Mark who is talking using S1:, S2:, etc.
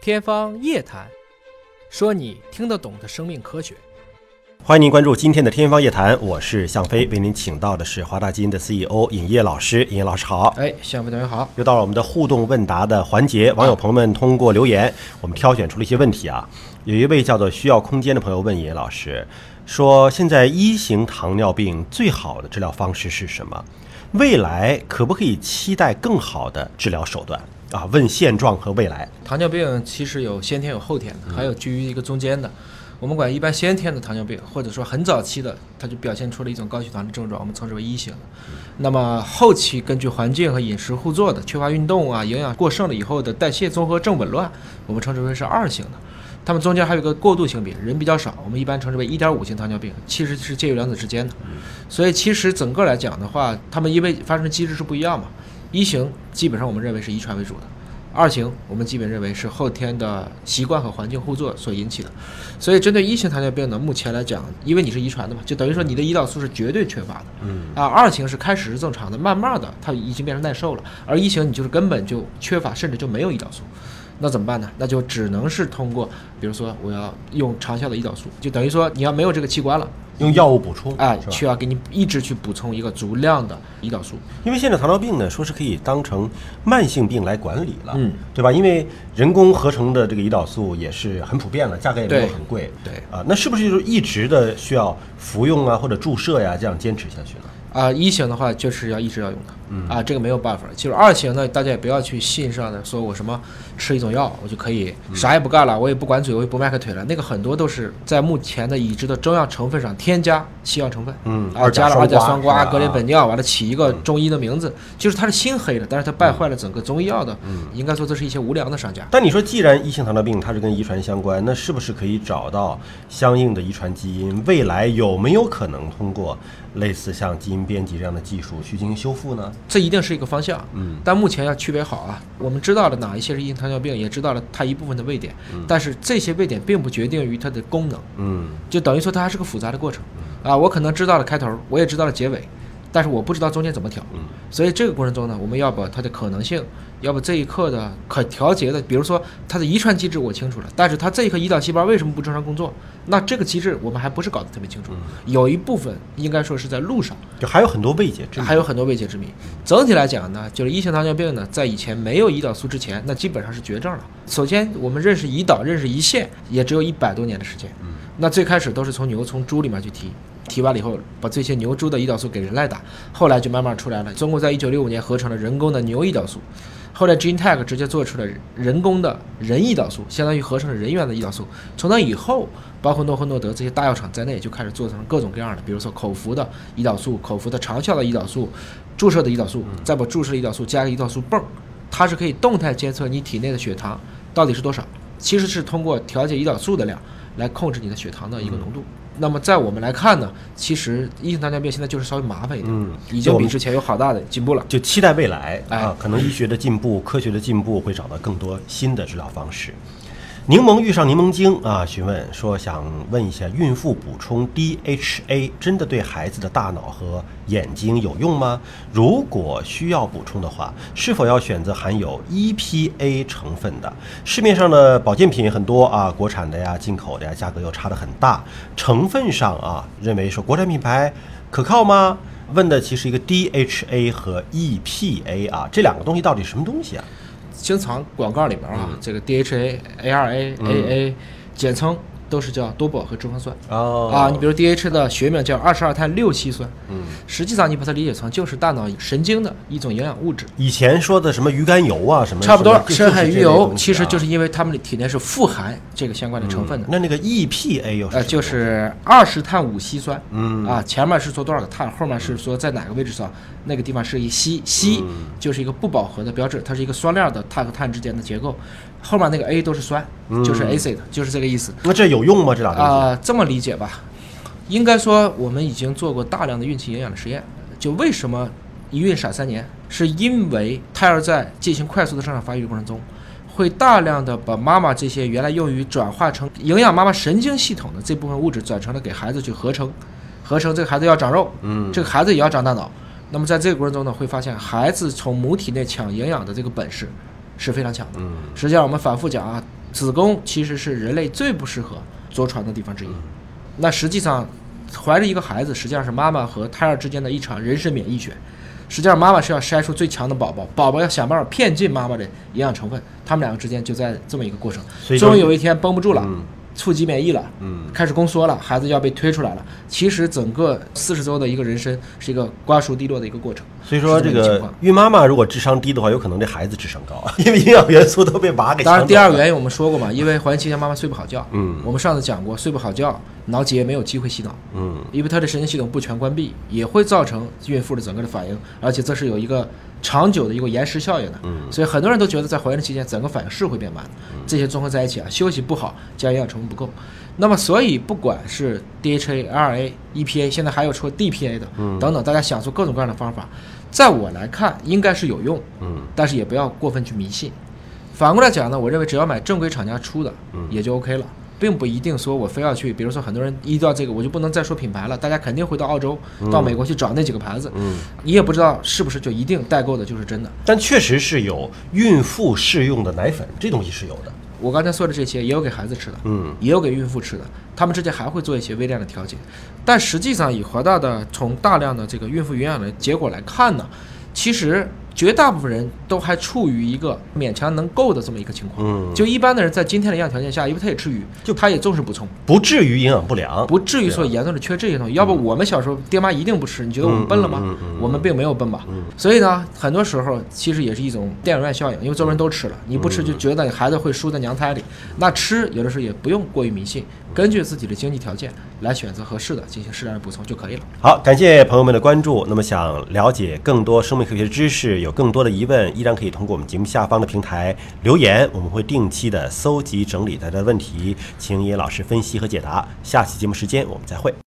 S1: 天方夜谭，说你听得懂的生命科学。
S2: 欢迎您关注今天的《天方夜谭》，我是向飞，为您请到的是华大基因的 CEO 尹烨老师。尹烨老师好，
S1: 哎，向飞同学好。
S2: 又到了我们的互动问答的环节，网友朋友们通过留言，我们挑选出了一些问题啊。有一位叫做需要空间的朋友问尹烨老师说，现在一型糖尿病最好的治疗方式是什么？未来可不可以期待更好的治疗手段啊？问现状和未来。
S1: 糖尿病其实有先天有后天的，还有居于一个中间的。我们管一般先天的糖尿病，或者说很早期的，它就表现出了一种高血糖的症状，我们称之为一型。那么后期根据环境和饮食互作的缺乏运动啊，营养过剩了以后的代谢综合症紊乱，我们称之为是二型的。它们中间还有一个过渡性别，人比较少，我们一般称之为一点五型糖尿病，其实是介于两者之间的。所以其实整个来讲的话，它们因为发生机制是不一样嘛，一型基本上我们认为是遗传为主的。二型，我们基本认为是后天的习惯和环境互作所引起的，所以针对一型糖尿病呢，目前来讲，因为你是遗传的嘛，就等于说你的胰岛素是绝对缺乏的，嗯啊，二型是开始是正常的，慢慢的它已经变成耐受了，而一型你就是根本就缺乏，甚至就没有胰岛素，那怎么办呢？那就只能是通过，比如说我要用长效的胰岛素，就等于说你要没有这个器官了，
S2: 用药物啊补充
S1: 哎
S2: 是，吧
S1: 需要给你一直去补充一个足量的胰岛素，
S2: 因为现在糖尿病呢，说是可以当成慢性病来管理了，
S1: 嗯，
S2: 对吧？因为人工合成的这个胰岛素也是很普遍了，价格也没有很贵，
S1: 对对
S2: 啊、那是不是就是一直的需要服用啊，或者注射呀、这样坚持下去呢？
S1: 啊、一型的话就是要一直要用的，
S2: 嗯
S1: 啊，这个没有办法。就是二型呢，大家也不要去信上的说我什么吃一种药我就可以
S2: 嗯
S1: 啥也不干了，我也不管嘴，我也不迈开腿了。那个很多都是在目前的已知的中药成分上添加西药成分，
S2: 嗯
S1: 啊，
S2: 二甲
S1: 加了二甲双
S2: 双胍
S1: 胍、
S2: 是吧嗯
S1: 格林本脲，完了起一个中医的名字，就是它是心黑了，但是它败坏了整个中医药的，
S2: 嗯
S1: 应该说这是一些无良的商家。
S2: 但你说，既然一型糖尿病它是跟遗传相关，那是不是可以找到相应的遗传基因？未来有没有可能通过类似像基因编辑这样的技术去进行修复呢？
S1: 这一定是一个方向，嗯，但目前要区别好啊。我们知道了哪一些是一型糖尿病，也知道了它一部分的位点，但是这些位点并不决定于它的功能，
S2: 嗯，
S1: 就等于说它还是个复杂的过程啊。我可能知道了开头，我也知道了结尾，但是我不知道中间怎么调。
S2: 嗯
S1: 所以这个过程中呢，我们要把它的可能性，要把这一刻的可调节的，比如说它的遗传机制我清楚了，但是它这一刻胰岛细胞为什么不正常工作？那这个机制我们还不是搞得特别清楚，有一部分应该说是在路上。
S2: 就还有很多未解之谜。
S1: 还有很多未解之谜。整体来讲呢，就是一型糖尿病呢，在以前没有胰岛素之前，那基本上是绝症了。首先，我们认识胰岛、认识胰腺，也只有一百多年的时
S2: 嗯
S1: 间。那最开始都是从牛、从猪里面去提，提完了以后，把这些牛、猪的胰岛素给人来打，后来就慢慢出来了。中国在一九六五年合成了人工的牛胰岛素。后来 GeneTech 直接做出了人工的人胰岛素，相当于合成了人源的胰岛素。从那以后，包括诺和诺德这些大药厂在内，就开始做成各种各样的，比如说口服的胰岛素、口服的长效的胰岛素、注射的胰岛素，
S2: 嗯
S1: 再把注射的胰岛素加个胰岛素泵儿，它是可以动态监测你体内的血糖到底是多少，其实是通过调节胰岛素的量来控制你的血糖的一个
S2: 嗯
S1: 浓度。那么在我们来看呢，其实一型糖尿病现在就是稍微麻烦一点，
S2: 嗯
S1: 已
S2: 就
S1: 经
S2: 我
S1: 比
S2: 们
S1: 之前有好大的进步了。
S2: 就期待未来
S1: 哎
S2: 啊，可能医学的进步、科学的进步会找到更多新的治疗方式。柠檬遇上柠檬精啊，询问说想问一下，孕妇补充 DHA 真的对孩子的大脑和眼睛有用吗？如果需要补充的话，是否要选择含有 EPA 成分的？市面上的保健品很多啊，国产的呀、进口的呀，价格又差得很大。成分上啊，认为说国产品牌可靠吗？问的其实一个 DHA 和 EPA 啊，这两个东西到底什么东西啊？
S1: 经常广告里面
S2: 嗯
S1: 啊，这个 DHA、ARA、AA，简称都是叫多饱和脂肪酸。
S2: 哦
S1: 啊，你比如 DHA 的学名叫二十二碳六烯酸，嗯，实际上你把它理解成就是大脑神经的一种营养物质，
S2: 以前说的什么鱼肝油啊，什么
S1: 差不
S2: 什
S1: 多
S2: 么。就是
S1: 深海鱼
S2: 这类
S1: 油
S2: 东西啊
S1: 其实就是因为它们的体内是富含这个相关的成分的，
S2: 那那个 EPA 又是什
S1: 呃，
S2: 么
S1: 就是二十碳五烯酸，嗯啊，前面是说多少个碳，后面是说在哪个位置上，那个地方是一烯，烯
S2: 嗯
S1: 就是一个不饱和的标志，它是一个双链的碳和碳之间的结构，后面那个 A 都是酸，就是
S2: 嗯
S1: acid，就是这个意思
S2: 那这有用吗？这俩东西？
S1: 啊、这么理解吧？应该说我们已经做过大量的孕期营养的实验，就为什么一孕傻三年，是因为胎儿在进行快速的生长发育的过程中。会大量的把妈妈这些原来用于转化成营养妈妈神经系统的这部分物质，转成了给孩子去合成，合成这个孩子要长肉，嗯，这个孩子也要长大脑。那么在这个过程中呢，会发现孩子从母体内抢营养的这个本事是非常强的。嗯，实际上我们反复讲啊，子宫其实是人类最不适合着床的地方之一。那实际上，怀着一个孩子，实际上是妈妈和胎儿之间的一场人身免疫学。实际上，妈妈是要筛出最强的宝宝，宝宝要想办法骗进妈妈的营养成分，他们两个之间就在这么一个过程
S2: 所。以就
S1: 终于有一天绷不住了，
S2: 嗯
S1: 触及免疫了，
S2: 嗯
S1: 开始宫缩了，孩子要被推出来了。其实，整个四十周的一个人生是一个瓜熟蒂落的一个过程。
S2: 所以说
S1: 是
S2: 这
S1: 这么一个情
S2: 个
S1: 况
S2: 孕妈妈如果智商低的话，有可能这孩子智商高， 因为营养元素都被娃给抢
S1: 当
S2: 走了。
S1: 然，第二个原因我们说过嘛，因为怀孕期间妈妈睡不好觉，
S2: 嗯
S1: 我们上次讲过，睡不好觉，脑脊液没有机会洗脑，
S2: 嗯
S1: 因为她的神经系统不全关闭，也会造成孕妇的整个的反应，而且这是有一个长久的一个延时效应的，
S2: 嗯
S1: 所以很多人都觉得在怀孕期间整个反应是会变慢的，这些综合在一起啊，休息不好加营养成分不够，那么所以不管是 DHA、RA、EPA，现在 E 还有说 DPA 的，
S2: 嗯
S1: 等等，大家想出各种各样的方法，在我来看应该是有用，
S2: 嗯
S1: 但是也不要过分去迷信。反过来讲呢，我认为只要买正规厂家出的，
S2: 嗯
S1: 也就 OK 了，并不一定说我非要去，比如说很多人依照这个，我就不能再说品牌了，大家肯定会到澳洲、到美国去找那几个牌子，
S2: 嗯。
S1: 你也不知道是不是就一定代购的就是真的。
S2: 但确实是有孕妇适用的奶粉，这东西是有的。
S1: 我刚才说的这些也有给孩子吃的，
S2: 嗯
S1: 也有给孕妇吃的，他们之间还会做一些微量的调节。但实际上，以华大的从大量的这个孕妇营养的结果来看呢，其实绝大部分人都还处于一个勉强能够的这么一个情况。
S2: 嗯，
S1: 就一般的人在今天的营养条件下，因为他也吃鱼，就他也重视补充，
S2: 不至于营养不良。
S1: 不至于说
S2: 啊
S1: 严重的缺这些东西。要不我们小时候爹妈一定不吃，你觉得我们笨了吗？
S2: 嗯嗯嗯嗯嗯
S1: 我们并没有笨吧。所以呢，很多时候其实也是一种电影院效应，因为周围人都吃了，
S2: 嗯
S1: 你不吃就觉得你孩子会输在娘胎里。那吃有的时候也不用过于迷信，根据自己的经济条件来选择合适的进行适量的补充就可以了。
S2: 好，感谢朋友们的关注。那么想了解更多生命科学知识，有更多的疑问，依然可以通过我们节目下方的平台留言，我们会定期的搜集整理大家的问题，请野老师分析和解答。下期节目时间我们再会。